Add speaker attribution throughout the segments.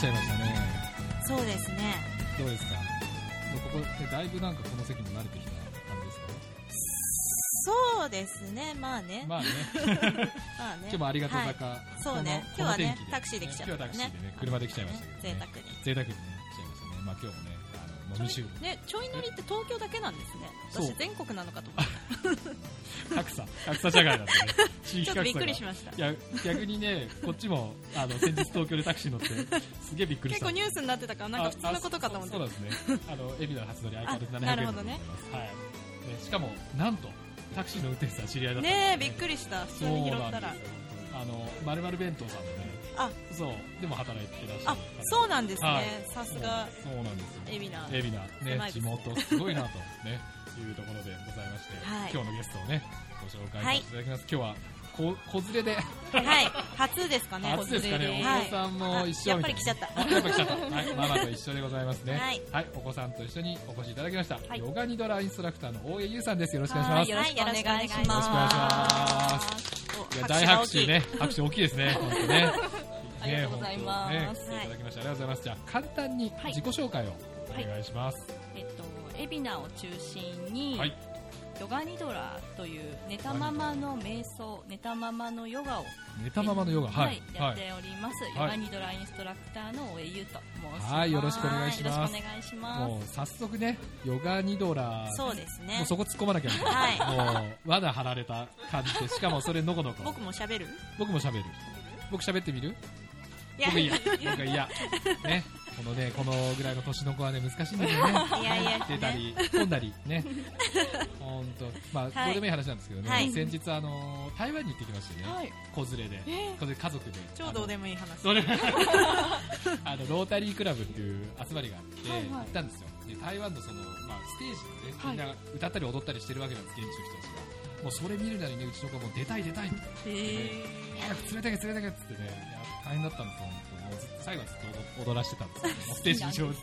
Speaker 1: ちゃいましたね
Speaker 2: そうですね
Speaker 1: どうですかここってだいぶなんかこの席に慣れてきた感じですか
Speaker 2: そうですねまあね
Speaker 1: まあね
Speaker 2: まあね
Speaker 1: 今日もありがとう
Speaker 2: はい
Speaker 1: 坂、
Speaker 2: そうね
Speaker 1: この
Speaker 2: 今日は
Speaker 1: この天
Speaker 2: ね
Speaker 1: 気で
Speaker 2: タクシーで来ち
Speaker 1: 今
Speaker 2: ゃった
Speaker 1: 日は
Speaker 2: から
Speaker 1: タ
Speaker 2: ね
Speaker 1: クシーでね車で来ちゃいましたけど、ね
Speaker 2: 贅沢に
Speaker 1: 贅沢にね来ちゃいましたねまあ今日もねあの飲み集
Speaker 2: ねちょい乗りって東京だけなんですね
Speaker 1: そう
Speaker 2: 私全国なのかと 思った
Speaker 1: 格差格差社会なんでね地
Speaker 2: ちょっとびっくりしました
Speaker 1: いや逆にねこっちもあの先日東京でタクシー乗ってすげえびっくりし
Speaker 2: 結
Speaker 1: た
Speaker 2: 構ニュースになってたからなんか普通のことかと思って
Speaker 1: ああそうそうそうなんですねあの海老名初乗り相変わらず700
Speaker 2: あ
Speaker 1: 円
Speaker 2: なる
Speaker 1: で
Speaker 2: ほ
Speaker 1: ご
Speaker 2: ど
Speaker 1: ざいま
Speaker 2: ね
Speaker 1: す、はいね、しかもなんとタクシーの運転手さん知り合いだったんです
Speaker 2: ね
Speaker 1: よ
Speaker 2: えびっくりした普通に拾ったら
Speaker 1: あのまるまる弁当さんのね
Speaker 2: あ
Speaker 1: そうでも働いてらっしゃ
Speaker 2: あ
Speaker 1: る
Speaker 2: そうなんです
Speaker 1: はい
Speaker 2: ねさすが
Speaker 1: そうなんですよ
Speaker 2: 海老名
Speaker 1: 海老名
Speaker 2: 狭
Speaker 1: ね
Speaker 2: い
Speaker 1: 地
Speaker 2: ですね
Speaker 1: 元すごいなとね いうところでございまして、
Speaker 2: はい
Speaker 1: 今日のゲストをねご紹介させていただきます、今日はこ子連れで
Speaker 2: はい初ですかね
Speaker 1: 初ですかね、
Speaker 2: はい
Speaker 1: お子さんも一緒
Speaker 2: あやっ
Speaker 1: み
Speaker 2: ぱ
Speaker 1: たいな
Speaker 2: り来ちゃった
Speaker 1: あやっぱり来ちゃったはいママと一緒でございますね
Speaker 2: はい、
Speaker 1: お子さんと一緒にお越しいただきました、
Speaker 2: い
Speaker 1: ヨガニドラインストラクターの大江優さんですよろしくお願いし
Speaker 2: は
Speaker 1: ま
Speaker 2: い
Speaker 1: す
Speaker 2: よろしくお願いします
Speaker 3: よろしくお願いします
Speaker 1: いや大拍手
Speaker 2: が大きい
Speaker 1: ね拍手大きいですね本当ね
Speaker 3: ありがとうございま
Speaker 1: ね本
Speaker 3: す
Speaker 1: 当ね来ていただきましたありがとうございますじゃあ簡単に
Speaker 3: はい
Speaker 1: 自己紹介をお願いします
Speaker 3: えっと、海老名を中心に、
Speaker 1: はい
Speaker 3: ヨガニドラという寝たままの瞑想寝たままのヨガを、
Speaker 1: 寝たままのヨガはい
Speaker 3: はいや
Speaker 1: は
Speaker 3: っ
Speaker 1: い
Speaker 3: ております、
Speaker 1: い
Speaker 3: ヨガニドラインストラクターの大江優と申します
Speaker 1: はいよろしくお願いします
Speaker 3: はいよろしくお願いします
Speaker 1: もう早速ねヨガニドラ
Speaker 2: そうです
Speaker 1: も
Speaker 2: ね
Speaker 1: うそこ突っ込まなきゃいけない、もう罠張られた感じでしかもそれのこのこ
Speaker 2: 僕も喋る
Speaker 1: 僕も喋る僕喋ってみる
Speaker 2: いや
Speaker 1: 僕嫌僕嫌ねこのねこのぐらいの年の子はね難しいんですよね
Speaker 2: いやいや
Speaker 1: 出たり飛んだり ね本当まあ、
Speaker 2: はい
Speaker 1: どうでもいい話なんですけどね、
Speaker 2: はい
Speaker 1: 先日あのー台湾に行ってきましてね、
Speaker 3: はい
Speaker 1: 子連れで
Speaker 3: えー
Speaker 1: 子連れ家族で
Speaker 2: 超どうで
Speaker 1: も
Speaker 2: もいい話
Speaker 1: どうでもあのロータリークラブっていう集まりがあって、
Speaker 3: はいはい
Speaker 1: 行ったんですよで台湾のその、まあ、ステージでね、
Speaker 3: はい
Speaker 1: みんな歌ったり踊ったりしてるわけなんです現地の人たちがもうそれ見るなりねうちの子はもう出たい出たいみたいな
Speaker 3: へー
Speaker 1: 早く連れてけ連れてけっつってねいや大変だったんですよ本当もうずっと最後はずっと踊らしてたんですけどもうステージ上で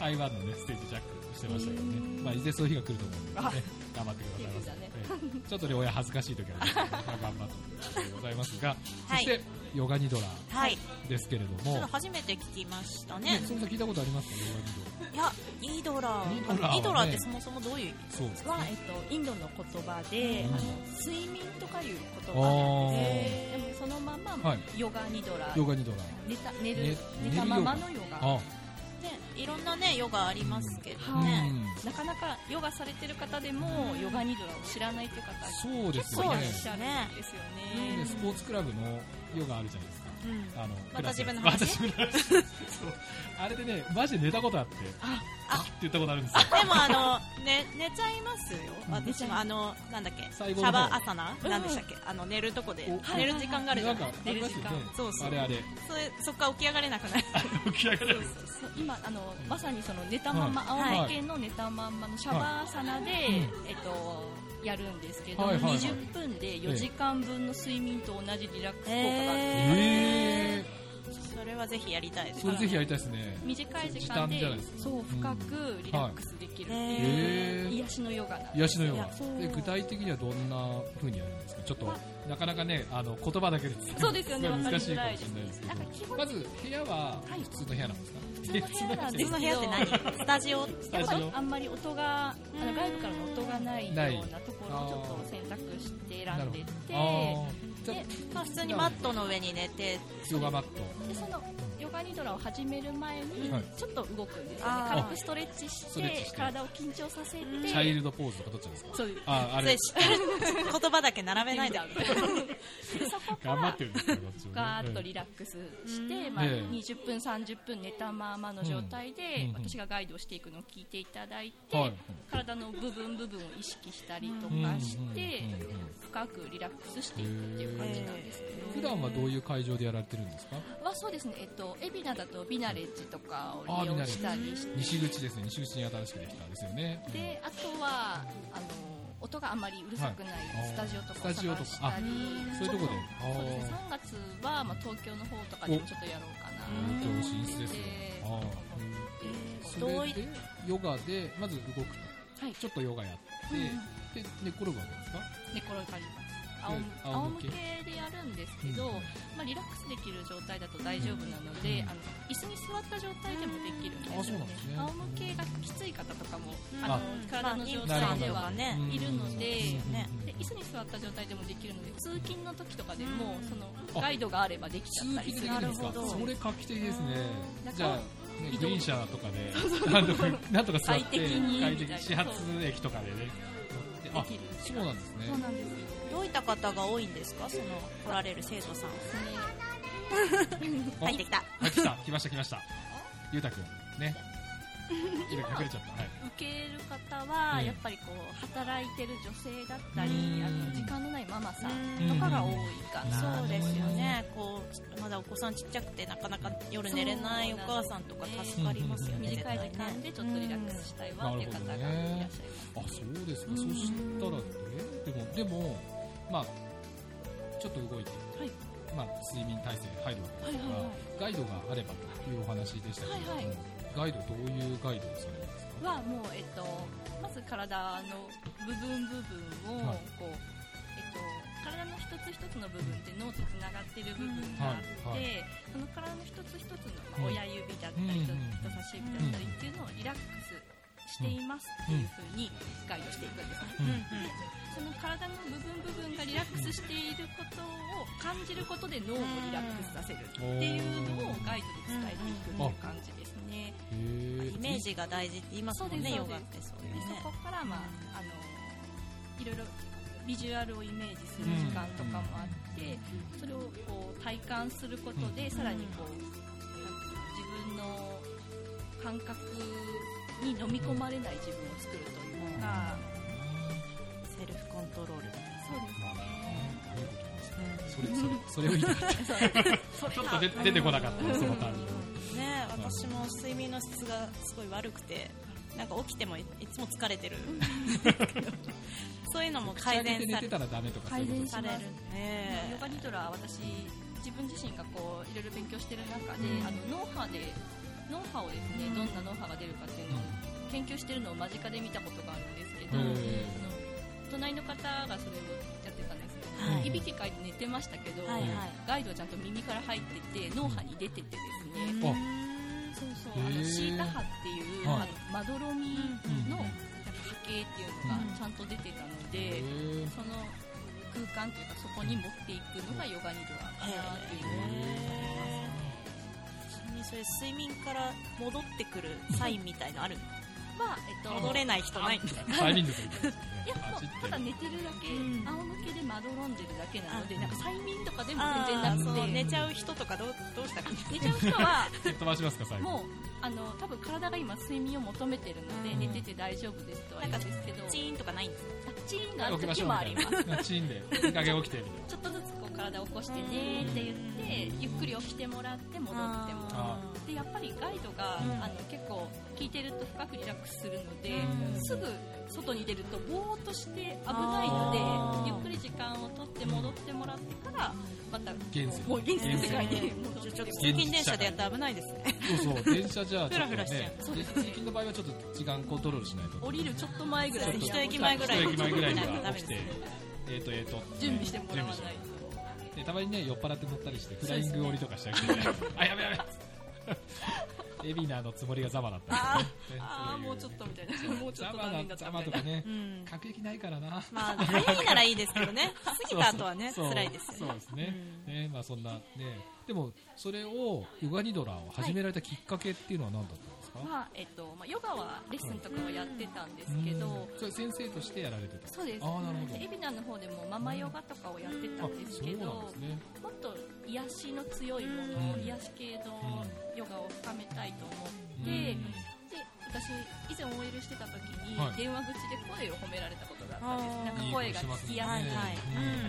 Speaker 1: 台湾のねステージジャックしてましたけどね
Speaker 3: う、ん
Speaker 1: まあ、いずれそういう日が来ると思うんで、ね、頑張ってくださいませ、
Speaker 3: いい
Speaker 1: ええちょっとね親恥ずかしい時はありますけど、まあ、頑張って でございますが、
Speaker 2: はい
Speaker 1: そしてヨガニドラ
Speaker 2: はい
Speaker 1: ですけれど
Speaker 2: ちょ
Speaker 1: も
Speaker 2: っと初めて聞きました
Speaker 1: ね
Speaker 2: ね
Speaker 1: そもそも聞いたことありますかヨガニドラ
Speaker 2: いやイドラ
Speaker 1: イドラはね
Speaker 2: イドラってそもそもどういう意味
Speaker 1: そうです
Speaker 3: は、えっと、インドの言葉で、
Speaker 1: うん
Speaker 3: あの睡眠とかいう言葉なんですでもそのまま、
Speaker 1: はい
Speaker 3: ヨガニドラ
Speaker 1: ヨガニドラ
Speaker 3: 寝た寝る、
Speaker 1: 寝
Speaker 3: 寝
Speaker 1: 寝
Speaker 3: た
Speaker 1: るヨガ
Speaker 3: ままのヨガ
Speaker 1: あ、
Speaker 2: ねいろんなねヨガありますけど
Speaker 3: はい
Speaker 2: ね
Speaker 1: うん
Speaker 3: なかなかヨガされてる方でもヨガニドラを知らないという方
Speaker 1: そうです
Speaker 3: 結構
Speaker 1: よ
Speaker 3: い
Speaker 1: ね
Speaker 3: らっしゃるんですよ
Speaker 2: そう
Speaker 1: で
Speaker 3: ね
Speaker 2: で。
Speaker 1: スポーツクラブのヨガあるじゃないですか
Speaker 2: うん
Speaker 1: あの
Speaker 2: また自分の
Speaker 1: また
Speaker 2: 話
Speaker 1: 自分の話 そうあれでねマジで寝たことあって
Speaker 3: あ
Speaker 1: あって言ったことあるんですよ
Speaker 2: でもあの、ね、寝ちゃいますよ、私もあの、なんだっけ、シ
Speaker 1: 最後の
Speaker 2: ャ
Speaker 1: 方
Speaker 2: バアサナ、なんでしたっけ、あの寝るとこで
Speaker 1: お、
Speaker 2: 寝る時間があるじ
Speaker 1: な
Speaker 2: ゃ
Speaker 1: んか
Speaker 2: な
Speaker 1: あ
Speaker 2: い
Speaker 1: りますよね
Speaker 2: そうそう
Speaker 1: あれあ れ
Speaker 2: それそっから起き上がれなくない、
Speaker 1: 起き上がれる
Speaker 3: そう今あのまさにその寝たまま、
Speaker 2: はい
Speaker 3: 青森県の寝たまんまのシャバーサナで、えっとやるんですけど、
Speaker 1: はいはいはい
Speaker 3: 20分で4時間分の睡眠と同じリラックス効果がある、
Speaker 1: ええ
Speaker 2: それはぜひやりたいです
Speaker 1: それぜひやりたいですね
Speaker 3: 短い時間で
Speaker 1: 時短じゃないですか
Speaker 3: そう深くリラックスできるっていう、
Speaker 1: へー
Speaker 3: 癒しのヨガなんです
Speaker 1: 癒しのヨ
Speaker 2: い
Speaker 1: ガ
Speaker 2: や
Speaker 3: そう
Speaker 1: で具体的にはどんな風にやるんですかちょっと
Speaker 3: ま
Speaker 1: なかなかねあの言葉だけで伝える
Speaker 3: そうですよね
Speaker 1: ごい難しい
Speaker 3: わ
Speaker 1: か
Speaker 3: か
Speaker 1: も
Speaker 3: りづらい
Speaker 1: し
Speaker 3: です
Speaker 1: れないですけ
Speaker 3: なんか基
Speaker 1: ど
Speaker 3: 本
Speaker 1: まず部屋は
Speaker 3: はい
Speaker 1: 普通の部屋なんですか
Speaker 3: 普通の部屋なんで
Speaker 2: 普
Speaker 3: す
Speaker 2: 通の部屋って何、スタジオ
Speaker 1: スタ
Speaker 3: やっぱ
Speaker 1: ジ
Speaker 3: り
Speaker 1: オ
Speaker 3: あんまり音があ
Speaker 2: う
Speaker 3: の
Speaker 2: ん
Speaker 3: 外部からの音がないよう
Speaker 1: ない
Speaker 3: なところをちょっと選択して選んでいって
Speaker 1: あーじゃ
Speaker 3: で
Speaker 2: まあ、普通にマットの上に寝て、
Speaker 1: あヨガマット
Speaker 3: でそのヨガニドラを始める前に
Speaker 1: はい
Speaker 3: ちょっと動くんですよね、
Speaker 2: あー
Speaker 3: 軽くストレッチし
Speaker 1: ストレッチ
Speaker 3: て
Speaker 1: して
Speaker 3: 体を緊張させて
Speaker 2: うん
Speaker 1: チャイルドポーズとかどっちですか
Speaker 3: そういう
Speaker 1: ああ
Speaker 2: そ
Speaker 1: れ
Speaker 2: れ知ってる 言葉だけ並べないで、
Speaker 3: でそこか
Speaker 1: 頑張っ
Speaker 3: ら
Speaker 1: てるんですよどっちもね
Speaker 3: ガーッとリラックスして、
Speaker 2: うん
Speaker 3: まあ、
Speaker 1: ええ
Speaker 3: 20分30分寝たままの状態で
Speaker 1: うん、うんうん
Speaker 3: 私がガイドしていくのを聞いていただいて、
Speaker 1: はい
Speaker 3: 体の部分部分を意識したりと
Speaker 1: うんうんうんう
Speaker 3: か
Speaker 1: ん
Speaker 3: して、深くリラックスしていくっていう感じなんですけど、
Speaker 1: 普段はどういう会場でやられてるんですか
Speaker 3: まあそうですね、えっと、海老名だとビナレッジとかを利用したりして、
Speaker 1: 西口ですね西口に新しくできたんですよね
Speaker 3: であとはあの音があまりうるさくない
Speaker 1: はい
Speaker 3: スタジオとか
Speaker 1: あー
Speaker 3: を
Speaker 1: スタジオと
Speaker 3: 探
Speaker 1: か
Speaker 3: したり、
Speaker 1: うんそういうとこで
Speaker 3: ちょっそうですね
Speaker 1: あ
Speaker 3: 3月は、まあ、東京の方とかでもちょっとやろうかなと
Speaker 1: 東
Speaker 3: 思
Speaker 1: 京
Speaker 3: って
Speaker 1: 進出ですよあー
Speaker 3: て
Speaker 1: そ
Speaker 2: どう
Speaker 1: れ
Speaker 2: い
Speaker 1: でヨガでまず動くと
Speaker 3: はい
Speaker 1: ちょっとヨガやってで寝転ぶわけですか
Speaker 3: 寝転がります
Speaker 1: 仰向
Speaker 3: 仰向仰向
Speaker 1: け
Speaker 3: けでやるんですけど、
Speaker 1: うん
Speaker 3: まあ、リラックスできる状態だと大丈夫なので、
Speaker 1: うん
Speaker 3: あの椅子に座った状態でもできるんです
Speaker 1: あそう
Speaker 3: よ
Speaker 1: なん
Speaker 3: ね
Speaker 1: ですね
Speaker 3: 仰向けがきつい方とかも、
Speaker 2: うん
Speaker 3: あの
Speaker 2: あ
Speaker 3: 体の状
Speaker 1: なるほど
Speaker 3: 態ではね、
Speaker 1: うん
Speaker 3: いるので
Speaker 1: ね
Speaker 3: で椅子に座った状態でもできるので通勤の時とかでも、
Speaker 2: うん
Speaker 3: そ
Speaker 1: あ
Speaker 3: のガイドがあればできちゃ
Speaker 1: 通
Speaker 3: ったり
Speaker 1: 勤
Speaker 3: す
Speaker 1: できるんで
Speaker 3: るんですす
Speaker 1: か
Speaker 3: よ
Speaker 1: それ画期的ですね
Speaker 3: うん
Speaker 1: じゃあね
Speaker 3: 移動
Speaker 1: グリーン車とかでなんとかなんとか座って
Speaker 3: 快適に
Speaker 1: 快
Speaker 3: みたい
Speaker 1: 適
Speaker 3: な
Speaker 1: 始発駅とかでね乗って
Speaker 3: できる
Speaker 1: あそうなんですね
Speaker 3: そうなんですよ
Speaker 2: どういった方が多いんですかその来られる生徒さん
Speaker 1: あ
Speaker 2: 入ってきた
Speaker 1: はい来た来ました来ましたゆうたくんねゆうたくん隠れちゃったはい
Speaker 3: 受ける方は
Speaker 1: うん
Speaker 3: やっぱりこう働いてる女性だったり、
Speaker 1: うん
Speaker 3: あの時間のないママさん
Speaker 1: うん
Speaker 3: とかが多いかな
Speaker 2: そ
Speaker 3: と思
Speaker 2: う
Speaker 3: い
Speaker 2: で
Speaker 3: ます
Speaker 2: すよねこうまだお子さんちっちゃくてなかなか夜寝れないお母さんとか助かりますよね絶
Speaker 3: 短
Speaker 2: 対
Speaker 3: い時間
Speaker 2: ね
Speaker 3: でちょっとリラックスしたいわっていう方がいらっしゃいま
Speaker 1: あ
Speaker 3: す、
Speaker 1: そうですか、
Speaker 3: うん
Speaker 1: そしたらねでもでもまあちょっと動いて、
Speaker 3: はい
Speaker 1: まあ、睡眠体制に入るわけですから、
Speaker 3: はいはいはい
Speaker 1: ガイドがあればというお話でしたけれども、
Speaker 3: はいはい
Speaker 1: ガイドどういうガイドをされるんですか
Speaker 3: はもう、えっと、まず体の部分部分を
Speaker 1: はい
Speaker 3: こう、えっと、体の一つ一つの部分って脳とつながってる部分があって、
Speaker 1: はいは
Speaker 3: その体の一つ一つの、
Speaker 1: うん
Speaker 3: まあ親指だったり、
Speaker 1: うん
Speaker 3: 人差し指だったりっていうのをリラックスしていますっていうふうにガイドしていくんですね。
Speaker 1: うん
Speaker 3: その体の部分部分がリラックスしていることを感じることで脳もリラックスさせるっていうのをガイドで伝えていくっていう感じですね。
Speaker 1: へー
Speaker 2: イメージが大事って言いますもんね
Speaker 3: そうです
Speaker 2: ヨガってそう
Speaker 3: で
Speaker 2: ね
Speaker 3: そこから、まあ、あのいろいろビジュアルをイメージする時間とかもあって、それをこう体感することで、
Speaker 1: うん
Speaker 3: さらにこうなんていうの自分の感覚に飲み込まれない自分を作るというか、
Speaker 2: セルフコントロールみたいな
Speaker 3: そうです
Speaker 1: まあねあり
Speaker 3: ね。
Speaker 1: がとうございますそれそれ
Speaker 2: うん
Speaker 1: それを言いたかった
Speaker 3: それ
Speaker 1: ちょっ
Speaker 3: が
Speaker 1: と出出てこなかったですその単語
Speaker 2: ね私も睡眠の質がすごい悪くてなんか起きてもいいつも疲れて るそういうのも
Speaker 1: 仕上
Speaker 2: 改
Speaker 1: げて
Speaker 2: 善
Speaker 1: 寝
Speaker 2: さ
Speaker 1: て
Speaker 2: れ
Speaker 1: たらダメとかそういうことです
Speaker 2: されるね
Speaker 3: ヨガニトラは私自分自身がこういろいろ勉強してる中で、
Speaker 1: うん
Speaker 3: あの脳波で脳波をですね、どんな脳波が出るかっていうのを研究してるのを間近で見たことがあるんですけど、
Speaker 1: うん
Speaker 3: あの隣の方がそれをやってたんですけど、
Speaker 2: はい
Speaker 3: いびきかいて寝てましたけど、
Speaker 2: はいはい
Speaker 3: ガイドはちゃんと耳から入ってて脳波に出ててですね、
Speaker 1: あ
Speaker 3: そうそうあ
Speaker 1: へ
Speaker 3: の
Speaker 1: ー
Speaker 3: シータ波っていう、
Speaker 1: はい
Speaker 3: あのまどろみ
Speaker 1: うん
Speaker 3: のやっぱ波形っていうのがちゃんと出てたので。
Speaker 1: へー
Speaker 3: その空間というかそこに持っていくのがヨガニドラかなっていうのが
Speaker 2: ちなみにそういう睡眠から戻ってくるサインみたいのある
Speaker 3: まあえっと
Speaker 2: 戻れない人ない
Speaker 1: タイミングということですね
Speaker 3: いや
Speaker 1: あ
Speaker 3: も
Speaker 1: ちっ
Speaker 3: う
Speaker 1: て
Speaker 3: ただ寝てるだけ、
Speaker 2: うん
Speaker 3: 仰向けでまどろんでるだけなので
Speaker 1: あ
Speaker 3: なんか催眠とかでも
Speaker 2: あ
Speaker 3: 全然
Speaker 2: あ
Speaker 3: な
Speaker 2: ー
Speaker 3: く
Speaker 2: そう
Speaker 3: て
Speaker 2: 寝ちゃう人とかどうどうしたらいい
Speaker 3: 寝ちゃう人は
Speaker 1: 吹っ飛ばしますか最後
Speaker 3: もうあの多分体が今睡眠を求めてるので、
Speaker 1: うん
Speaker 3: 寝てて大丈夫ですとは言うんですけど
Speaker 2: チーンとかないんです
Speaker 3: あチーンがある
Speaker 1: 起きまし
Speaker 3: 時
Speaker 1: ょう
Speaker 3: もあり
Speaker 1: み
Speaker 3: ます
Speaker 1: たいなチーンでいい加減起きてみたいな
Speaker 3: ちょっとずつこう体を起こしてねって言ってゆっくり起きてもらって戻ってもらう
Speaker 1: あ
Speaker 3: でやっぱりガイドが、
Speaker 1: うん
Speaker 3: あの結構聞いてると深くリラックスするので、
Speaker 1: うん
Speaker 3: すぐ外に出るとぼーっとして危ないの
Speaker 1: あー
Speaker 3: でゆっくり時間を取って戻ってもらってからまた
Speaker 1: 現世
Speaker 3: もう現世の世界
Speaker 2: 現
Speaker 3: に
Speaker 2: 世
Speaker 3: 戻って
Speaker 2: ちょっと
Speaker 1: 世
Speaker 2: 通勤電車でやったら危ないですね
Speaker 1: そうそう、電車じゃ、
Speaker 2: ふらふらしちゃう
Speaker 1: ちょっとね、で通勤の場合はちょっと時間コントロールしないと。
Speaker 3: 降りるちょっと前ぐらいに
Speaker 2: 一駅前ぐらい
Speaker 1: 一駅前ぐらいに
Speaker 2: ダ
Speaker 1: は
Speaker 2: メ
Speaker 1: 起
Speaker 2: で
Speaker 1: き
Speaker 2: す
Speaker 1: て
Speaker 2: ね、
Speaker 1: えっ、と、えっ、と、
Speaker 3: 準備してもらわな
Speaker 1: 準備
Speaker 3: い
Speaker 1: し
Speaker 3: と
Speaker 1: てでたまにね、酔っ払って乗ったりして、フライング降りとかしちゃうけど、ね、あ、やべやべ。エビナのつもりがざまだった。
Speaker 3: あ
Speaker 1: ね
Speaker 3: あーもうちょっとみたいなもうちょ
Speaker 1: ざ
Speaker 3: っと
Speaker 1: ま
Speaker 3: ダ
Speaker 1: だ
Speaker 3: メだっ
Speaker 1: ざ
Speaker 3: た
Speaker 1: ま
Speaker 3: み
Speaker 1: と
Speaker 3: た
Speaker 1: か
Speaker 3: いな
Speaker 1: ね
Speaker 2: う、ん
Speaker 1: 各駅ないからな。
Speaker 2: まあ早いならいいですけどね過ぎた後はね
Speaker 1: そうそう
Speaker 2: 辛いです
Speaker 1: そ
Speaker 2: よ
Speaker 1: う
Speaker 2: ね
Speaker 1: ですね。ね、まあ、そんな、ね、でも、それを、ウガニドラを始められたきっかけっていうのは何だったんですか。
Speaker 3: まあえっとまあ、ヨガはレッスンとかをやってたんですけど、
Speaker 1: うんそれ先生としてやられてた。
Speaker 3: そうです
Speaker 1: あーなるほど
Speaker 3: で海老名の方でもママヨガとかをやってたんですけど、
Speaker 1: あそうなんですね。
Speaker 3: もっと癒しの強いもの、
Speaker 1: うん
Speaker 3: 癒し系のヨガを深めたいと思って、で私以前 OL してた時に
Speaker 1: はい
Speaker 3: 電話口で声を褒められたことがあったんです、
Speaker 2: あー
Speaker 3: なんか声が聞きや
Speaker 2: はい
Speaker 3: すい
Speaker 2: はい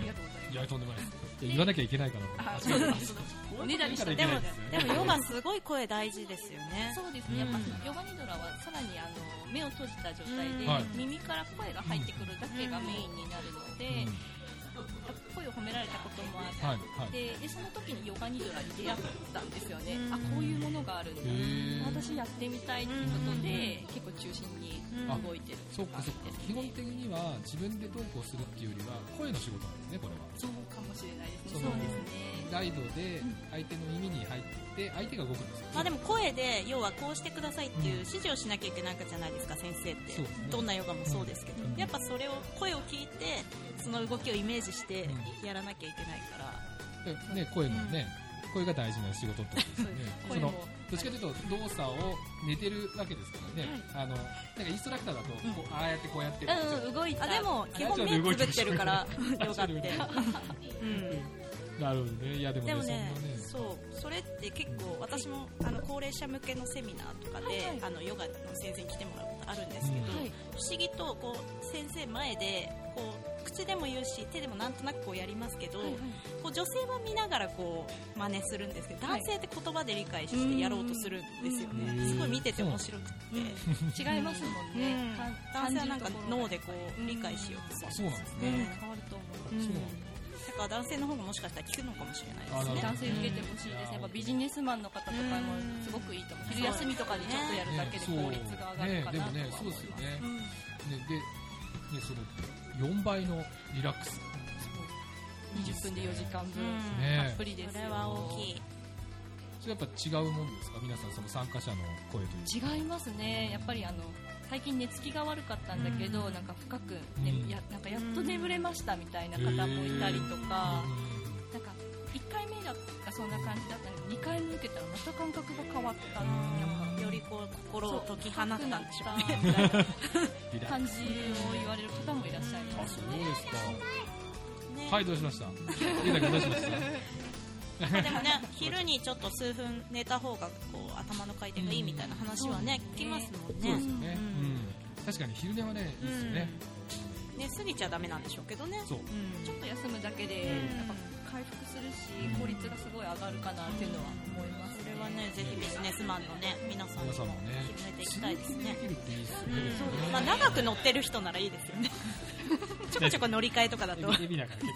Speaker 3: あり
Speaker 1: い
Speaker 3: がとうござい
Speaker 1: い
Speaker 3: ま
Speaker 1: や、とんでもないです。いや言わなきゃいけないから。
Speaker 3: すあそうなんですおねだりした
Speaker 1: いけ
Speaker 2: でも
Speaker 1: ないですね
Speaker 2: でもヨガすごい声大事ですよね
Speaker 3: そうです
Speaker 1: うん
Speaker 3: ね、やっぱヨガニドラはさらにあの目を閉じた状態
Speaker 2: う
Speaker 3: で、
Speaker 2: ん
Speaker 1: はい
Speaker 3: 耳から声が入ってくるだけがメインになるので、
Speaker 1: うん
Speaker 3: 声を褒められたこともあって、
Speaker 1: はい、はい。はい
Speaker 3: ででその時にヨガニドラに出会ったんですよね、
Speaker 2: うん
Speaker 3: あこういうものがあるんだ
Speaker 1: へー
Speaker 3: 私やってみたいっていうことで、結構中心に
Speaker 2: あ
Speaker 3: 動いてる
Speaker 1: そっかそっか基本的には自分でどうこうするっていうよりは声の仕事なんですねこれは
Speaker 3: そうかもしれないです
Speaker 1: その
Speaker 3: ねそうですね
Speaker 1: ガイドで相手の耳に入って相手が動くんですよ
Speaker 2: まあでも声で要はこうしてくださいっていう指示をしなきゃいけないわけじゃないですか先生っ
Speaker 1: そ
Speaker 2: て
Speaker 1: うですね
Speaker 2: どんなヨガもそうですけど
Speaker 1: うん
Speaker 2: やっぱそれを声を聞いてその動きをイメージしてやらなきゃいけないから
Speaker 1: でね声もね声が大事な仕事ってことですよね
Speaker 3: そう
Speaker 1: そ
Speaker 3: 声
Speaker 1: の
Speaker 3: も
Speaker 1: どっちかというと動作を寝てるわけですからね、あのなんかインストラクターだとこうああやってこうやって、
Speaker 3: うん動いた
Speaker 2: あでも基本目つぶってるからヨガってうん
Speaker 1: なるほどねいやでもね
Speaker 2: でもね
Speaker 1: そんなね
Speaker 2: そうそれって結構私もあの高齢者向けのセミナーとかで、
Speaker 3: はいはい
Speaker 2: あのヨガの先生に来てもらうことあるんですけど、
Speaker 1: うん
Speaker 3: はい
Speaker 2: 不思議とこう先生前でこう口でも言うし手でもなんとなくこうやりますけど、こう女性は見ながらこう真似するんですけど
Speaker 3: は
Speaker 2: 男
Speaker 3: い
Speaker 2: 性って言葉で理解してやろうとするんですよね、
Speaker 1: うん
Speaker 2: すごい見てて面白くて、
Speaker 3: 違いますもんね、か
Speaker 2: 男性はなんか
Speaker 3: 感じるところが
Speaker 2: 脳でこう理解しようとす
Speaker 1: あ
Speaker 2: る、
Speaker 1: そうなんです
Speaker 3: うん
Speaker 1: ね、
Speaker 3: 変わると思う
Speaker 1: そう
Speaker 2: だから男性の方がもしかしたら聞くのかもしれないです
Speaker 1: あなるほど
Speaker 2: ね
Speaker 3: 男性受けてほしいですやっぱビジネスマンの方とかも
Speaker 2: うん
Speaker 3: すごくいいと思う昼休みとかでちょっとやるだけで
Speaker 1: そう
Speaker 3: 効率が上がるかなとは思
Speaker 1: ねで
Speaker 3: い
Speaker 1: もね
Speaker 3: ます
Speaker 1: そうですよねね
Speaker 2: うん
Speaker 1: でねその4倍のリラックス
Speaker 3: 20分で4時間分
Speaker 2: うん
Speaker 3: たっぷりですよ
Speaker 2: それは大きい
Speaker 1: それやっぱ違うもんですか皆さんその参加者の声という
Speaker 3: 違いますねやっぱりあの最近寝つきが悪かったんだけど、
Speaker 2: うん
Speaker 3: なんか深く、ね
Speaker 1: うん
Speaker 3: やなんかやっと眠れましたみたいな方もいたりとか、なんか1回目だがそんな感じだったのに2回目受けたらまた感覚が変わったっていうか
Speaker 2: よりこう心を解き放ったんでしょうね
Speaker 3: みたいな
Speaker 1: リラック
Speaker 3: 感じを言われる方もいらっしゃい
Speaker 1: スあ
Speaker 3: ます
Speaker 1: そうです
Speaker 2: ね
Speaker 1: かはいどうしま したリーダー君どうしました
Speaker 2: まあでもね昼にちょっと数分寝た方がこう頭の回転がいいみたいな話はね聞きますも
Speaker 1: そう
Speaker 2: ん
Speaker 1: です
Speaker 2: ね
Speaker 1: よね、うん、確かに昼寝はねいいですよね、
Speaker 2: うんね過ぎちゃダメなんでしょうけどね
Speaker 1: そう
Speaker 3: ちょっと休むだけで
Speaker 2: うん
Speaker 3: なんか回復するし効率がすごい上がるかなっていうのは思います
Speaker 2: これはねぜひビジネスマンのね皆さん
Speaker 1: 皆
Speaker 2: にも
Speaker 1: さんもね
Speaker 2: 決めていきたいですね
Speaker 1: きるっていいですよ
Speaker 2: う
Speaker 1: ね、
Speaker 2: んまあ長く乗ってる人ならいいですよね ちょこちょこ乗り換えとかだとなんか
Speaker 1: エビエビだから結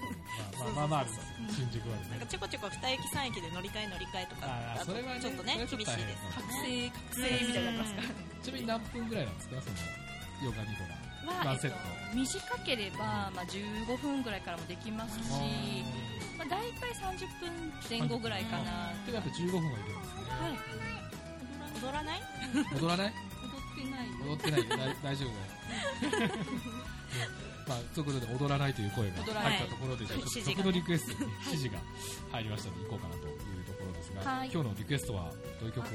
Speaker 1: 構まあまあまあまああるんですよ新宿はですね
Speaker 2: ちょこちょこ2駅3駅で乗り換え乗り換えとか
Speaker 1: あ
Speaker 2: だ
Speaker 1: あそ
Speaker 2: と
Speaker 1: れはね
Speaker 2: ちょっとね厳し
Speaker 1: そ
Speaker 2: い
Speaker 1: れ
Speaker 2: で
Speaker 1: は
Speaker 2: す
Speaker 1: ちょっと大変
Speaker 2: ね
Speaker 3: 覚醒覚醒みたいになりますからね
Speaker 1: ちなみに何分ぐらいなんですかそのヨガニドラ
Speaker 3: は
Speaker 1: ワ
Speaker 3: え
Speaker 1: ン
Speaker 3: っ
Speaker 1: セ
Speaker 3: と
Speaker 1: ット、
Speaker 3: 短ければ、まあ、15分ぐらいからもできますし、まあ、大体30分前後ぐらいかな
Speaker 1: でもやっぱ15分はいるんですね
Speaker 3: はい
Speaker 2: 踊らない
Speaker 1: 踊らない
Speaker 3: 踊ってない
Speaker 1: 踊ってない大大丈夫だよ まあ、ということで踊らないという声が
Speaker 3: 踊ら
Speaker 2: ない
Speaker 1: 入ったところで、じゃあちょっと
Speaker 2: 指示
Speaker 1: そ
Speaker 2: が
Speaker 1: このリクエストに指示が入りましたので行こうかなというところですが、
Speaker 3: はい
Speaker 1: 今日のリクエストはどういう曲を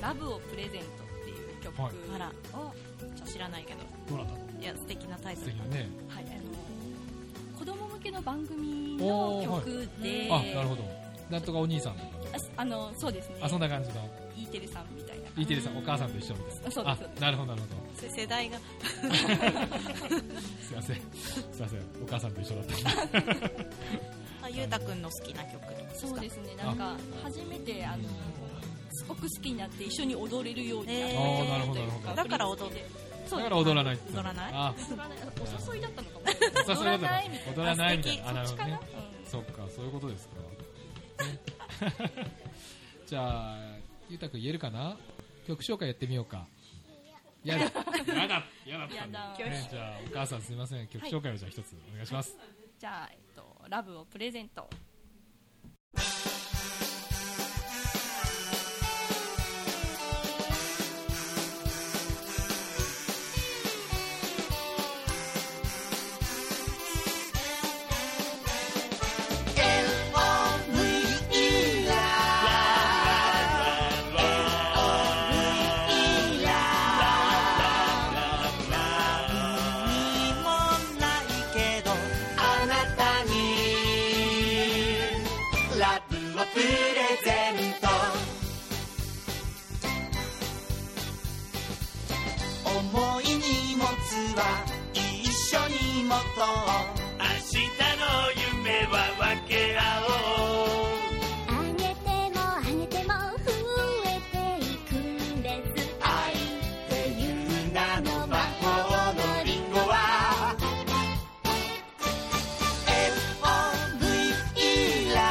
Speaker 3: ラブをプレゼントっていう曲を、
Speaker 1: はい
Speaker 2: あらちょっと知らないけど
Speaker 1: どなたの
Speaker 2: いや素敵なタイト
Speaker 1: 素
Speaker 2: ル
Speaker 1: 敵なね
Speaker 3: はい、あの子供向けの番組の曲で、
Speaker 1: あなるほどなんとかお兄さんとか
Speaker 3: あすあのそうですね
Speaker 1: あそんな感じの
Speaker 3: E テレさんみたいな
Speaker 1: E テレさんお母さんと一緒みたいな
Speaker 3: あそうですそうです
Speaker 1: なるほどなるほ
Speaker 2: せ世代が
Speaker 1: どすいませんすいませんお母さんと一緒だった
Speaker 2: あゆうたくんの好きな曲とかですか
Speaker 3: そうですねなんか初めてあのすごく好きになって一緒に踊れるようになった
Speaker 2: へーあー
Speaker 1: なるほどなるほど
Speaker 2: だから
Speaker 1: だ
Speaker 2: 踊る
Speaker 3: そうです
Speaker 1: から踊らないって
Speaker 2: 踊らない
Speaker 1: あ
Speaker 3: 踊らないお誘いだったのかも
Speaker 1: お誘いだった
Speaker 3: 踊らないみたい
Speaker 1: の踊らないみたいな
Speaker 2: あ
Speaker 1: あなる
Speaker 3: そ
Speaker 1: ほ
Speaker 3: っ
Speaker 1: ど
Speaker 3: ちか
Speaker 1: ね
Speaker 3: な、うん
Speaker 1: そっかそういうことですか じゃあゆうたくん言えるかな曲紹介やってみようかやだやだやだったんだ
Speaker 3: やだ
Speaker 1: ねじゃあお母さんすいません曲紹介をじゃあ一つお願いします
Speaker 3: じゃあ、えっと、ラブをプレゼント。
Speaker 4: 何もないけどあなたにラブをプレゼント重い荷物は一緒に持とう明日の夢は分け合おう
Speaker 5: 「あげてもあげても増えていくんです」
Speaker 4: 「愛っていう名の魔法のリンゴは FOVE ラ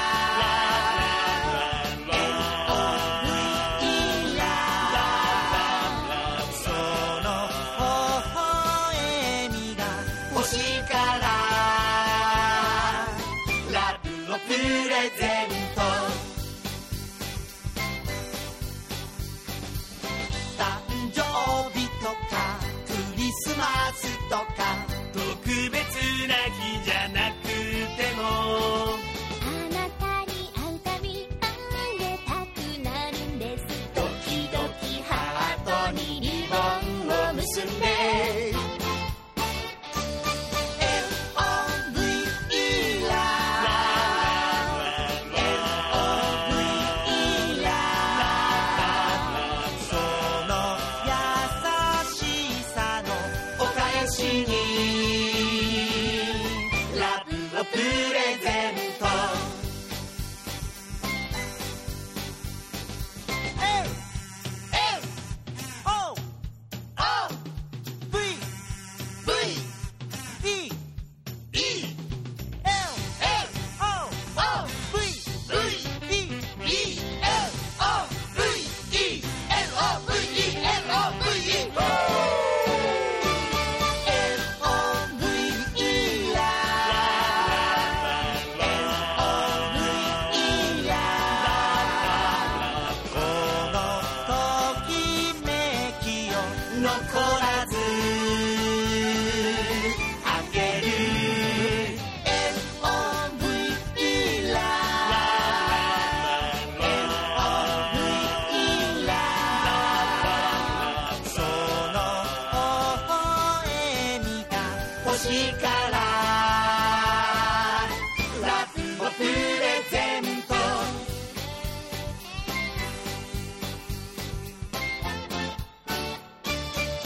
Speaker 5: あなたに会うたびあげたくなるんですドキドキハートにリボンを結んで
Speaker 4: L-O-V-E ラブ L-O-V-E ラブその優しさのお返しにラブをプレゼント L-L-O-O-V-V-E E L L O O V V E E L O V E L O V E L O V E L O V E la L O V E la このときめきを残らずあげる L-O-V-E ラブ L-O-V-E ラブその微笑みが欲しいからラブをプレゼント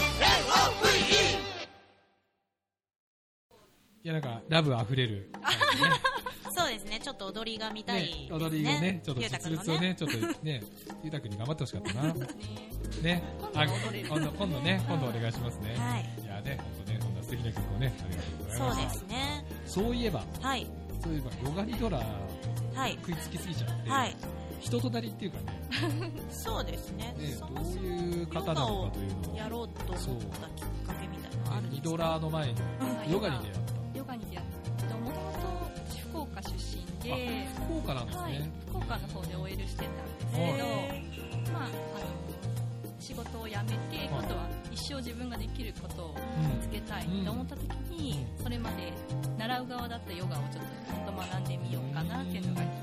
Speaker 4: L-O-V-E
Speaker 1: いや、なんか、ラブ溢れ る。
Speaker 2: そうですね、ちょっと踊りが見たいです
Speaker 1: ね
Speaker 2: ね、。
Speaker 1: 踊りをね、ちょっと
Speaker 2: ゆうたく
Speaker 1: 実
Speaker 2: んの
Speaker 1: 物をね、ちょっとね、ゆうたくんに頑張ってほしかったな。ね、あ、今度、今度ね、今度お願いしますね。
Speaker 2: はい
Speaker 1: いやね、本当ね、こんな素敵な曲をね、ありがとうござい
Speaker 2: そ
Speaker 1: ま
Speaker 2: う
Speaker 1: す。
Speaker 2: ですね。
Speaker 1: そういえば、
Speaker 2: はい、
Speaker 1: そういえば、ヨガリドラ
Speaker 2: はい、
Speaker 1: 食いつきすぎちゃって、
Speaker 2: はい。
Speaker 1: 人となりっていうかね、
Speaker 2: そうですね。
Speaker 1: ね
Speaker 2: そ
Speaker 1: ど
Speaker 2: もそうも
Speaker 1: いう方なのかというのを、
Speaker 2: やろうと思ったきっかけみたいなのはあるんで
Speaker 1: リ
Speaker 2: すか
Speaker 1: ドラの前に、ヨガに出会っ
Speaker 3: ヨガに出会ったもともと福岡出身で、
Speaker 1: た。福岡なんです
Speaker 3: はい
Speaker 1: ね。、
Speaker 3: 福岡の方で OL してたんですけ
Speaker 1: はい
Speaker 3: ど、まあ、あの仕事を辞めて、
Speaker 1: はい
Speaker 3: 今度は一生自分ができることを見つけたいと思った時に、それまで習う側だったヨガをちょっとちゃんと学んでみようかなっていうのがきっか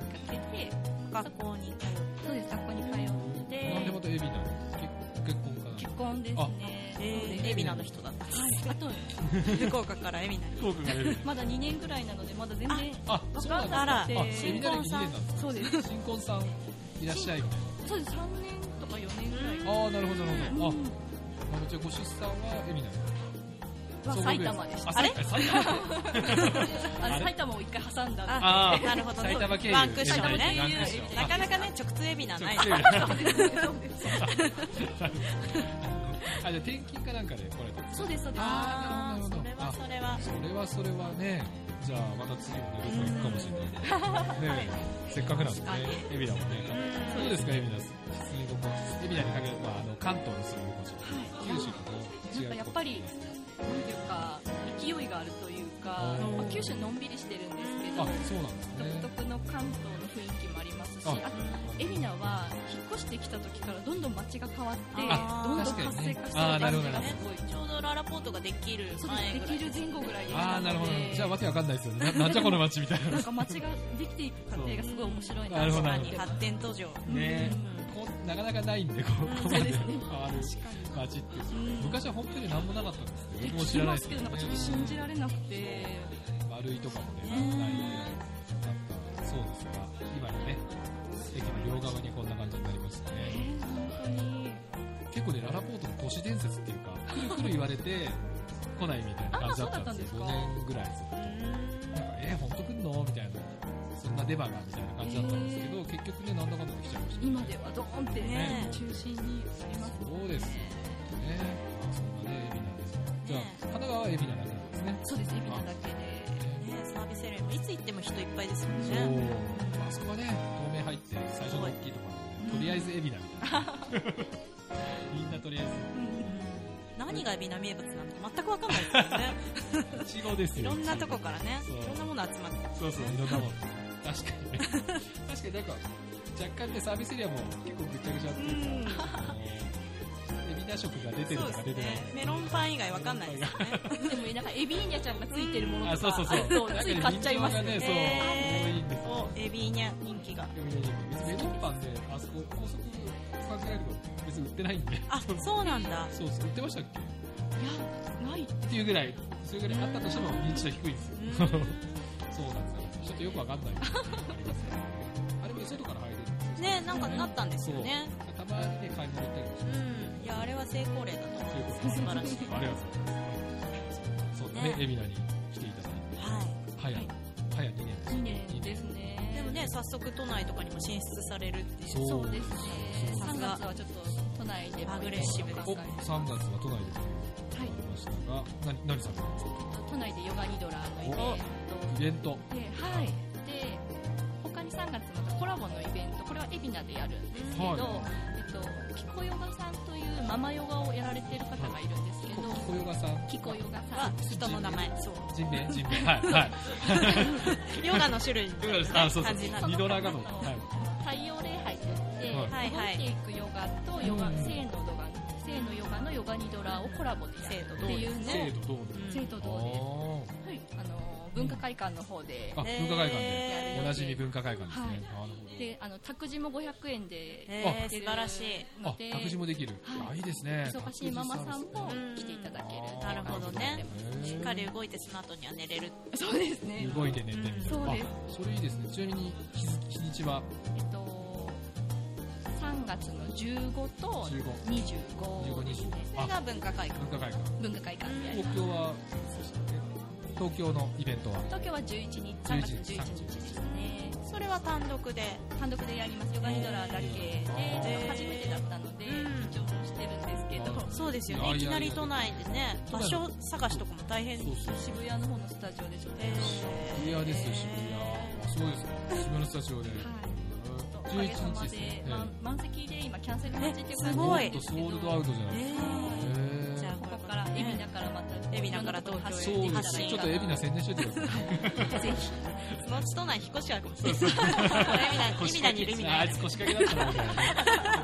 Speaker 3: けで、
Speaker 2: 学校に通っ
Speaker 3: そうです学校に通っ
Speaker 1: なんでま
Speaker 3: て
Speaker 1: たエビなの結結婚かな
Speaker 3: 結婚です
Speaker 1: あ
Speaker 3: ね
Speaker 2: て、海老名の人だったんです。
Speaker 3: はい、あと
Speaker 2: 福岡から 海老名に。
Speaker 1: 福岡がエビ。
Speaker 3: まだ2年ぐらいなのでまだ全然
Speaker 1: あ、
Speaker 3: わ
Speaker 1: そう
Speaker 3: か
Speaker 1: なん
Speaker 3: ん
Speaker 1: だ。
Speaker 2: あら
Speaker 3: なくて
Speaker 1: あ、エビな歴2年なんですね
Speaker 3: そうです
Speaker 1: 新婚さんいらっしゃいみたい
Speaker 3: そうです3年とか4年ぐらい
Speaker 1: なああなるほどなるほどあ
Speaker 3: うん
Speaker 1: まあじゃあご出産は海老名
Speaker 3: は
Speaker 1: そう
Speaker 3: 埼玉でした
Speaker 1: あれ埼玉
Speaker 3: あ
Speaker 1: あ
Speaker 3: の
Speaker 1: れ
Speaker 3: 埼玉を一回挟んだんで
Speaker 1: あー
Speaker 2: なるほどね。
Speaker 1: 埼玉経由
Speaker 2: ワンクッション
Speaker 1: 埼玉経由ワンクッシ
Speaker 2: ね
Speaker 1: ョ。ン
Speaker 2: なかなかね、直通海老名ない。
Speaker 1: ちょっとあじゃあ転勤かなんかで来られたんです
Speaker 3: そうですそうです
Speaker 2: あー、それはそれは。
Speaker 1: それはそれはねじゃあまた次もね旅行行くかもしれないねえせっかくなんでね
Speaker 2: 確か
Speaker 1: 海老名もねどうですか海老名住み心地海老名に限ればあの関東の住み心地九州の違う
Speaker 3: なんかやっぱりなんていうか勢いがあるというか
Speaker 1: あ、ー
Speaker 3: まあ、九州のんびりしてるんですけど
Speaker 1: あそうなんですね
Speaker 3: 独特の関東の雰囲気もありますしあと海老名は引っ越してきた時からどんどん街が変わって
Speaker 2: あー
Speaker 3: どんどん活性化して
Speaker 1: あー
Speaker 3: る
Speaker 1: なるほど
Speaker 3: 感じが
Speaker 1: な
Speaker 3: す
Speaker 1: る
Speaker 3: ごい
Speaker 2: ちょうどララポートができる
Speaker 3: そう
Speaker 2: 前
Speaker 3: で
Speaker 2: ぐ
Speaker 3: す
Speaker 2: ら
Speaker 3: で
Speaker 2: い
Speaker 3: き。る前後ぐらいに
Speaker 1: ああなるほどじゃあわけわかんないですよねななんじゃこの街みたい な
Speaker 3: なんか街ができていく過程がすごい面白い
Speaker 1: な
Speaker 3: な
Speaker 1: る
Speaker 3: と
Speaker 1: ほ
Speaker 3: 思
Speaker 1: ど
Speaker 3: っ
Speaker 1: なるほ
Speaker 2: 確かに
Speaker 1: ど
Speaker 2: 発展途上。
Speaker 1: ねこうなかなかないんでこうここまで
Speaker 3: そうですね
Speaker 1: 変わる街っていう昔は本当に何もなかったんですけど僕も知
Speaker 3: て
Speaker 1: らない
Speaker 3: ま
Speaker 1: ですすけ
Speaker 3: けど
Speaker 1: ど、ね
Speaker 3: なんかちょっと信じられなくて
Speaker 1: 丸いとかもね
Speaker 2: ね
Speaker 1: ないんでなんかそうですが今のね駅の両側にこんな感じになりました
Speaker 3: え
Speaker 1: ね
Speaker 3: ー本当に
Speaker 1: 結構ねララポートの都市伝説っていうかくるくる言われて来ないみたいな感じだったんですよ5
Speaker 3: あそうだったん
Speaker 1: 年ぐらいずっとなんかえー、本当来んのみたいなそんな出番がみたいな感じだったんですけど、結局ねなんだかんだで来ちゃいましたね
Speaker 3: 今ではドーンって
Speaker 2: ね
Speaker 3: ね中心にあります
Speaker 1: そうですよね。そんなね、海老名です。じゃあ、神奈川は海老名だけなんですね。
Speaker 3: そうです海老名だけ
Speaker 2: ね
Speaker 3: で
Speaker 2: サービスエリアもいつ行っても人いっぱいですもん
Speaker 1: そう
Speaker 2: ね。。
Speaker 1: あそこはね、透明入って、最初の大きいところなんで、とりあえず海老名みたいな。みんなとりあ
Speaker 2: 何が海老名名物なのか全くわかんないです よね。
Speaker 1: えず、イチゴです
Speaker 2: い
Speaker 1: よ。
Speaker 2: ろんなとこからね、
Speaker 1: そう
Speaker 2: いろんなもの集まって。
Speaker 1: そうそう、いろんなもん。確かにね。確かになんか、若干ね、サービスエリアも結構ぐちゃぐちゃっていうか、あのエビナ色が出てるとか
Speaker 2: そ
Speaker 1: 出
Speaker 2: う
Speaker 1: て
Speaker 2: で
Speaker 1: な
Speaker 2: す
Speaker 1: い
Speaker 2: ね。メロンパン以外わかんないです よね。
Speaker 3: でもねなんかエビーニャちゃんがついてるもの
Speaker 1: あ、
Speaker 3: とか
Speaker 1: そうそうそう。
Speaker 3: あとつい買っちゃいますよ
Speaker 1: ね。
Speaker 3: ね
Speaker 1: そう、
Speaker 2: えー
Speaker 1: 多いんですよ。
Speaker 2: お、エビーニャ人気が。
Speaker 1: メロンパンで、あそこ高速使ってないけど、別に売ってないんで。
Speaker 2: あ、そうなんだ。
Speaker 1: そうそう、売ってましたっけ
Speaker 3: いやない
Speaker 1: っていうぐらい、それぐらいあったとしても認知度低いんですよ。
Speaker 2: う
Speaker 1: そうなんですよ。ちょっとよくわかんない。ありますね。あれも外から入れるんですよ
Speaker 2: ね、なんかなったんですよね。
Speaker 1: たまにね、買い物行ったりもし
Speaker 2: うん。いや、あれは成功例だと思
Speaker 1: そういうこ
Speaker 2: う。
Speaker 1: と
Speaker 2: 素晴らし い。
Speaker 1: ありがとうございます。そうだね
Speaker 2: ね、
Speaker 1: 海老名に来ていただい
Speaker 2: は
Speaker 1: て、早、早2年です
Speaker 3: 2
Speaker 1: よね。
Speaker 3: 年です
Speaker 2: い。で
Speaker 3: ね
Speaker 2: もね、早速都内とかにも進出されるっていう。
Speaker 1: そう
Speaker 3: そうですね
Speaker 1: そう
Speaker 3: 3月はちょっと都内でも
Speaker 2: アグレッシブです
Speaker 1: お、
Speaker 3: は
Speaker 1: 3
Speaker 3: い
Speaker 1: 月は都内でということになりましたが、何、何されたんですか
Speaker 3: 都内でヨガニドラのイベント
Speaker 1: イベント。
Speaker 3: で、はい、で他に3月またコラボのイベントこれは海老名でやるんですけど、
Speaker 1: は
Speaker 3: えっと、キコヨガさんというママヨガをやられてる方がいるんですけど、
Speaker 1: こ小ヨガさん、
Speaker 3: キコヨガさ
Speaker 2: は
Speaker 3: ん、
Speaker 2: 人の名前。そう。
Speaker 1: 人名、人 名。はい、はい。
Speaker 2: ヨガの種類みたいなね
Speaker 1: あ、そうそ
Speaker 2: 感じなん
Speaker 1: う。
Speaker 2: で
Speaker 1: ミ
Speaker 2: す。
Speaker 1: ドラーガドン。はい。
Speaker 3: 太陽礼拝といって、
Speaker 1: はい
Speaker 2: はいはい
Speaker 3: 動いていくヨガとヨガ、性のヨガ、性のヨガのヨガニドラをコラボでやるっていうのを、
Speaker 1: 制度どうで
Speaker 2: うん
Speaker 3: 生徒
Speaker 1: あ
Speaker 3: 堂で、はい、あの文化会館の方で
Speaker 1: ー、あ、文化会館で。
Speaker 2: え
Speaker 1: お
Speaker 2: ー
Speaker 1: なじみ文化会館ですね。
Speaker 3: はい
Speaker 1: なるほど
Speaker 3: であの託児も500円で
Speaker 2: えー
Speaker 3: やって
Speaker 2: 素
Speaker 3: る
Speaker 2: 晴らしい。
Speaker 1: あ
Speaker 3: の、で、
Speaker 1: 託児もできる。
Speaker 3: は
Speaker 1: あ、
Speaker 3: い
Speaker 1: いいですね。
Speaker 3: 忙しいママさんも来ていただける
Speaker 1: うん
Speaker 2: なるほどね。しっかり
Speaker 1: へ
Speaker 2: 動いてその後には寝れる。
Speaker 3: と そうですね
Speaker 1: ー動いて寝てみたいな。
Speaker 3: そうです
Speaker 1: あそれいいですね。ちなみに日付日にちは
Speaker 3: えっと3月の15と
Speaker 1: 15、15、
Speaker 3: 25
Speaker 1: 20。
Speaker 2: それ
Speaker 1: あ、
Speaker 2: が文化会館。
Speaker 1: 文化会館。
Speaker 3: 文化会館でやりま
Speaker 1: 東京は東京のイベントは
Speaker 3: す東京は11日3月11
Speaker 1: 11
Speaker 3: 日ですね
Speaker 2: それは単独で。
Speaker 3: 単独でやりますヨガニドラだけ
Speaker 1: う
Speaker 3: で
Speaker 1: ん
Speaker 3: ちょっと初めてだったので
Speaker 2: うん
Speaker 3: 緊張もしてるんですけど
Speaker 1: あ
Speaker 2: そうですよ
Speaker 1: いや
Speaker 2: ね。
Speaker 1: い
Speaker 2: い
Speaker 1: や
Speaker 2: きなり都内でね、
Speaker 1: 都
Speaker 2: 場
Speaker 1: 内
Speaker 2: 所探しとかも大変。
Speaker 1: そうそう
Speaker 3: 渋谷の方のスタジオでちょっと
Speaker 2: え
Speaker 1: 渋谷ですよ渋谷あすごいですね渋谷のスタジオで11日
Speaker 3: おかげさま
Speaker 1: です
Speaker 3: で
Speaker 1: ね
Speaker 3: 満満席で今キャンセル待ちってい
Speaker 2: え
Speaker 3: う感
Speaker 2: す
Speaker 3: じ
Speaker 2: ごい
Speaker 1: もっとソールドアウトじゃない
Speaker 2: ー
Speaker 1: です
Speaker 2: え
Speaker 1: か
Speaker 2: ーじゃあ
Speaker 1: へ
Speaker 3: ここから海老名からまた
Speaker 2: 海老名から東京へ
Speaker 1: ーそうで
Speaker 2: 発
Speaker 1: す
Speaker 2: 信
Speaker 1: ちょっと海老名宣伝しといてくだ さい
Speaker 3: ぜひ
Speaker 2: そのうち都内引っ越しちゃうかもしれない。これ海老名海老名にいるみ
Speaker 1: あ
Speaker 2: た
Speaker 1: あ
Speaker 2: い
Speaker 1: い
Speaker 2: な
Speaker 1: つ。腰掛けだったなみたいなね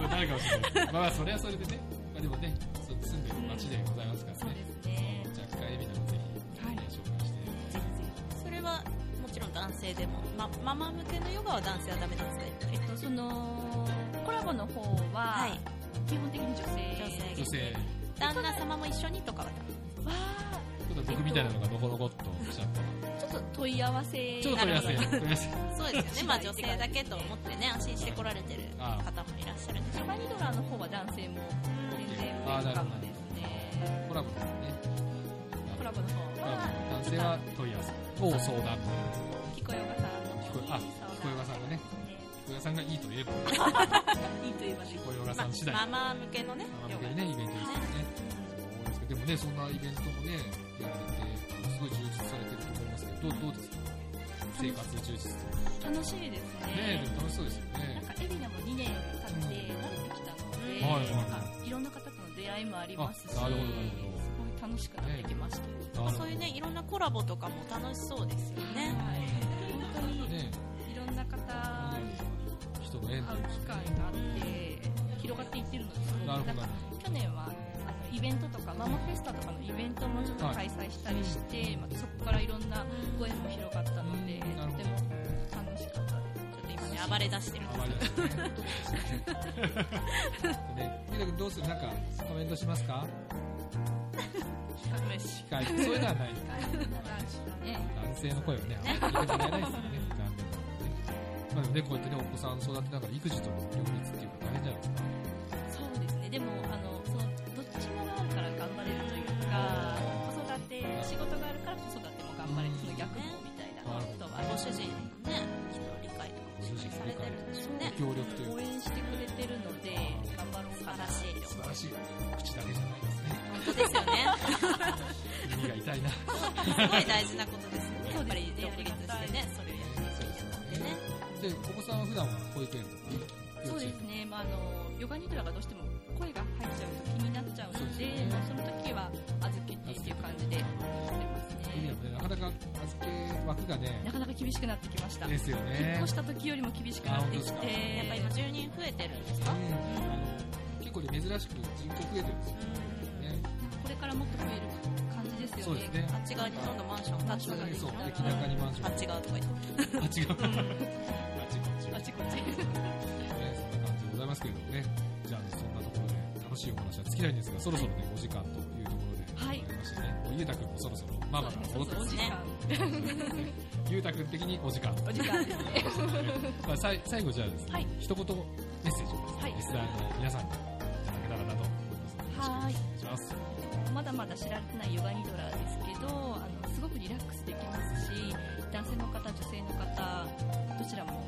Speaker 1: なるかもしれ ないまあまあそれはそれでねまあでもねそう住んでる街でございますから
Speaker 3: そう
Speaker 1: ね
Speaker 3: ですね
Speaker 1: 若干海老名もぜひ
Speaker 3: はい
Speaker 1: ね紹介して
Speaker 2: それはもちろん男性でも、ま、ママ向けのヨガは男性はダメなんですかやっぱり
Speaker 3: えっとそのコラボの方
Speaker 2: は
Speaker 3: はい基本的に女性
Speaker 2: 女性
Speaker 1: 女性
Speaker 2: 旦那様も一緒にとかは
Speaker 3: は
Speaker 1: ちょっと僕みたいなのがのこのこっとしちゃったら
Speaker 3: ちょっと問い合わせ
Speaker 1: ちょっと取りやすい
Speaker 2: な
Speaker 1: 取りやすい
Speaker 2: ダメそうですよねまあ女性だけと思ってね安心して来られてる
Speaker 1: あ
Speaker 2: 方もいらっしゃるでしょ
Speaker 3: ヨガニドラの方は男性も全然ウェルカムですね
Speaker 1: コラボのね
Speaker 3: コラボの方は
Speaker 1: 男性は問い合わせ当相談
Speaker 3: キコヨガさんの
Speaker 1: 聞こ
Speaker 3: 方に
Speaker 1: あ聞
Speaker 3: 相
Speaker 1: こえ
Speaker 3: 談
Speaker 1: がさんがね聞こえがさんがいいと言えば
Speaker 3: いいと言えばね
Speaker 1: 聞こえがさん次第
Speaker 2: まあママ向けのね
Speaker 1: ママ
Speaker 2: ヨ
Speaker 1: 向け
Speaker 2: ガ
Speaker 1: にねイベントですよねそうですけどでもねそんなイベントもねやられてすごい充実されてると思いますけどどうどうですか生活充実ね
Speaker 3: 楽しいです
Speaker 1: え
Speaker 3: ね
Speaker 1: でも楽しそうですよ
Speaker 3: な
Speaker 1: ね
Speaker 3: んか海老名も2年経って慣れてきたので、
Speaker 1: はいはいはい
Speaker 3: なんかいろんな方との出会いもありますし、
Speaker 1: あなるほどなるほど
Speaker 3: すごい楽しくなってきました。
Speaker 1: あ
Speaker 2: そういうねいろんなコラボとかも楽しそうですよね
Speaker 3: はい、本当に
Speaker 1: ね
Speaker 3: いろんな方会
Speaker 1: 人の縁という
Speaker 3: う
Speaker 1: か
Speaker 3: 機会があって、広がっていってるのですごい
Speaker 1: なるほど
Speaker 3: んか去年はあのイベントとか、ママフェスタとかのイベントもちょっと開催したりして、またそこからいろんなご縁も広がったので、
Speaker 1: うんなるほど
Speaker 3: とても楽しかったです。
Speaker 2: ちょっと今ね暴れ出してる
Speaker 1: あまりですねねゆうたくんどうするなんかコメントしますか機会そういうのはない
Speaker 3: ね
Speaker 1: 男性の声をね、あんまり聞いてもらえないですよね、残念ながらね。まあでもね、こうやってね、お子さん育てながら育児との両立っていうのは大変じゃないですか。
Speaker 3: そうですね。でもあのそのどっちもがあるから頑張れるというか、子育て仕事があるから子育ても頑張れるその逆もみたいなことはあり
Speaker 2: ご
Speaker 3: ま
Speaker 2: 主
Speaker 3: す
Speaker 2: 人のねきっと理解とかもしっかりされてるんでしょうね
Speaker 1: 協力という
Speaker 3: 応
Speaker 1: か、
Speaker 3: 援してくれてるので頑張ろうかな
Speaker 2: 素晴らしい
Speaker 1: 素晴らしい。口だけじゃないですね。
Speaker 2: 本当ですよね
Speaker 1: 耳が痛いな。
Speaker 2: すごい大事なことですよねやっぱり独立してねそれをやっ
Speaker 1: そうです ね。で、
Speaker 2: ていってね
Speaker 1: お子さんは普段は保育園とか、幼
Speaker 3: そう
Speaker 1: 稚
Speaker 3: で
Speaker 1: 園
Speaker 3: すね、まあ、あのヨガニドラがどうしても声が入っちゃうと気になっちゃうので、まあ、その時は預けてっていう感じでやってます
Speaker 1: 意味
Speaker 3: ね
Speaker 1: なので、なかなか預け枠が
Speaker 3: な
Speaker 1: ね、
Speaker 3: かなか厳しくなってきました、
Speaker 1: ですよ
Speaker 3: 引っ
Speaker 1: ね
Speaker 3: 越。した時よりも厳しくなってきて
Speaker 1: あ本当です
Speaker 2: やっぱ今10人増えてるんです
Speaker 1: うん
Speaker 2: か
Speaker 1: あの、結結構ね珍しく人口増えてるんですよ、ね、
Speaker 3: これからもっと増える感じです
Speaker 1: そ
Speaker 3: よ
Speaker 1: うですね
Speaker 3: ね。
Speaker 2: あっち側にどんどんマンション建
Speaker 1: そ
Speaker 2: つ
Speaker 1: う
Speaker 2: のがいい
Speaker 1: そう
Speaker 2: な
Speaker 1: 駅中にマンション
Speaker 2: あっち側とか言っ
Speaker 1: あ違
Speaker 2: て
Speaker 1: うあ違う 違う
Speaker 3: あちこち。
Speaker 1: ね、そんな感じでございますけれどもね、じゃあ、そんなところで楽しいお話は尽きないんですが、そろそろね、お時間というところで、
Speaker 3: はい
Speaker 1: ありましてね、もうゆうたくんもそろそろママから戻って
Speaker 3: お
Speaker 1: ます
Speaker 3: 時
Speaker 1: ね。
Speaker 3: 間。
Speaker 1: ゆうたくん的にお時 間。
Speaker 3: お時間ですね。
Speaker 1: まあ、さい最後じゃあですね、
Speaker 3: はい
Speaker 1: 一言メッセージをですね、
Speaker 3: はい
Speaker 1: リスナーの皆さんにいただけたらなと思いますので。
Speaker 3: はい
Speaker 1: よろしくお願いします。
Speaker 3: まだまだ知られてないヨガニドラですけどあのすごくリラックスできますし男性の方女性の方どちらも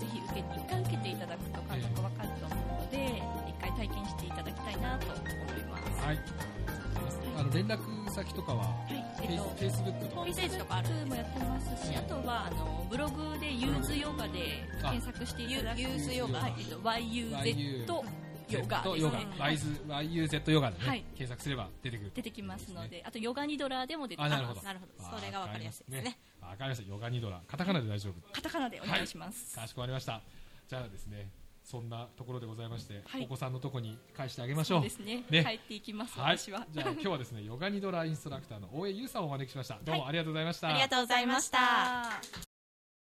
Speaker 3: ぜひ受け一回受けていただくと感覚わかると思うので一回体験していただきたいなと思います。
Speaker 1: はい。ありがとうございますあの、連絡先とかは、
Speaker 3: はい
Speaker 1: フェ
Speaker 3: えっ
Speaker 1: イスフ
Speaker 3: と、
Speaker 1: ェイスブックとか
Speaker 3: ホームページとかあるもやってますし、あとはあのブログでユーズヨガで検索していただく
Speaker 2: ユーズヨガ
Speaker 3: はいえっと YUZ ヨガ
Speaker 1: と
Speaker 3: です
Speaker 1: ヨガ
Speaker 3: ね、
Speaker 1: ワイズ YUZ ヨガでね、
Speaker 3: はい
Speaker 1: 検索すれば出てくる。
Speaker 3: 出てきますので、あとヨガニドラでも出てき
Speaker 1: あ、なる
Speaker 3: ま
Speaker 1: ほ
Speaker 3: す
Speaker 1: ど。。
Speaker 2: なるほどそれが分かりやすいですね
Speaker 1: わかりました。ヨガニドラ。カタカナで大丈夫。
Speaker 3: カタカナでお願いします。
Speaker 1: かしこまりました。じゃあですね、そんなところでございまして、
Speaker 3: はい
Speaker 1: お子さんのとこに返してあげましょ。
Speaker 3: そううですね。
Speaker 1: ね
Speaker 3: 帰っていきます、
Speaker 1: はい。
Speaker 3: 私
Speaker 1: じ
Speaker 3: は
Speaker 1: ゃあ。今日はですね、ヨガニドラインストラクターの大江優さんをお招きしました。どうもありがとうございました。
Speaker 2: ありがとうございました。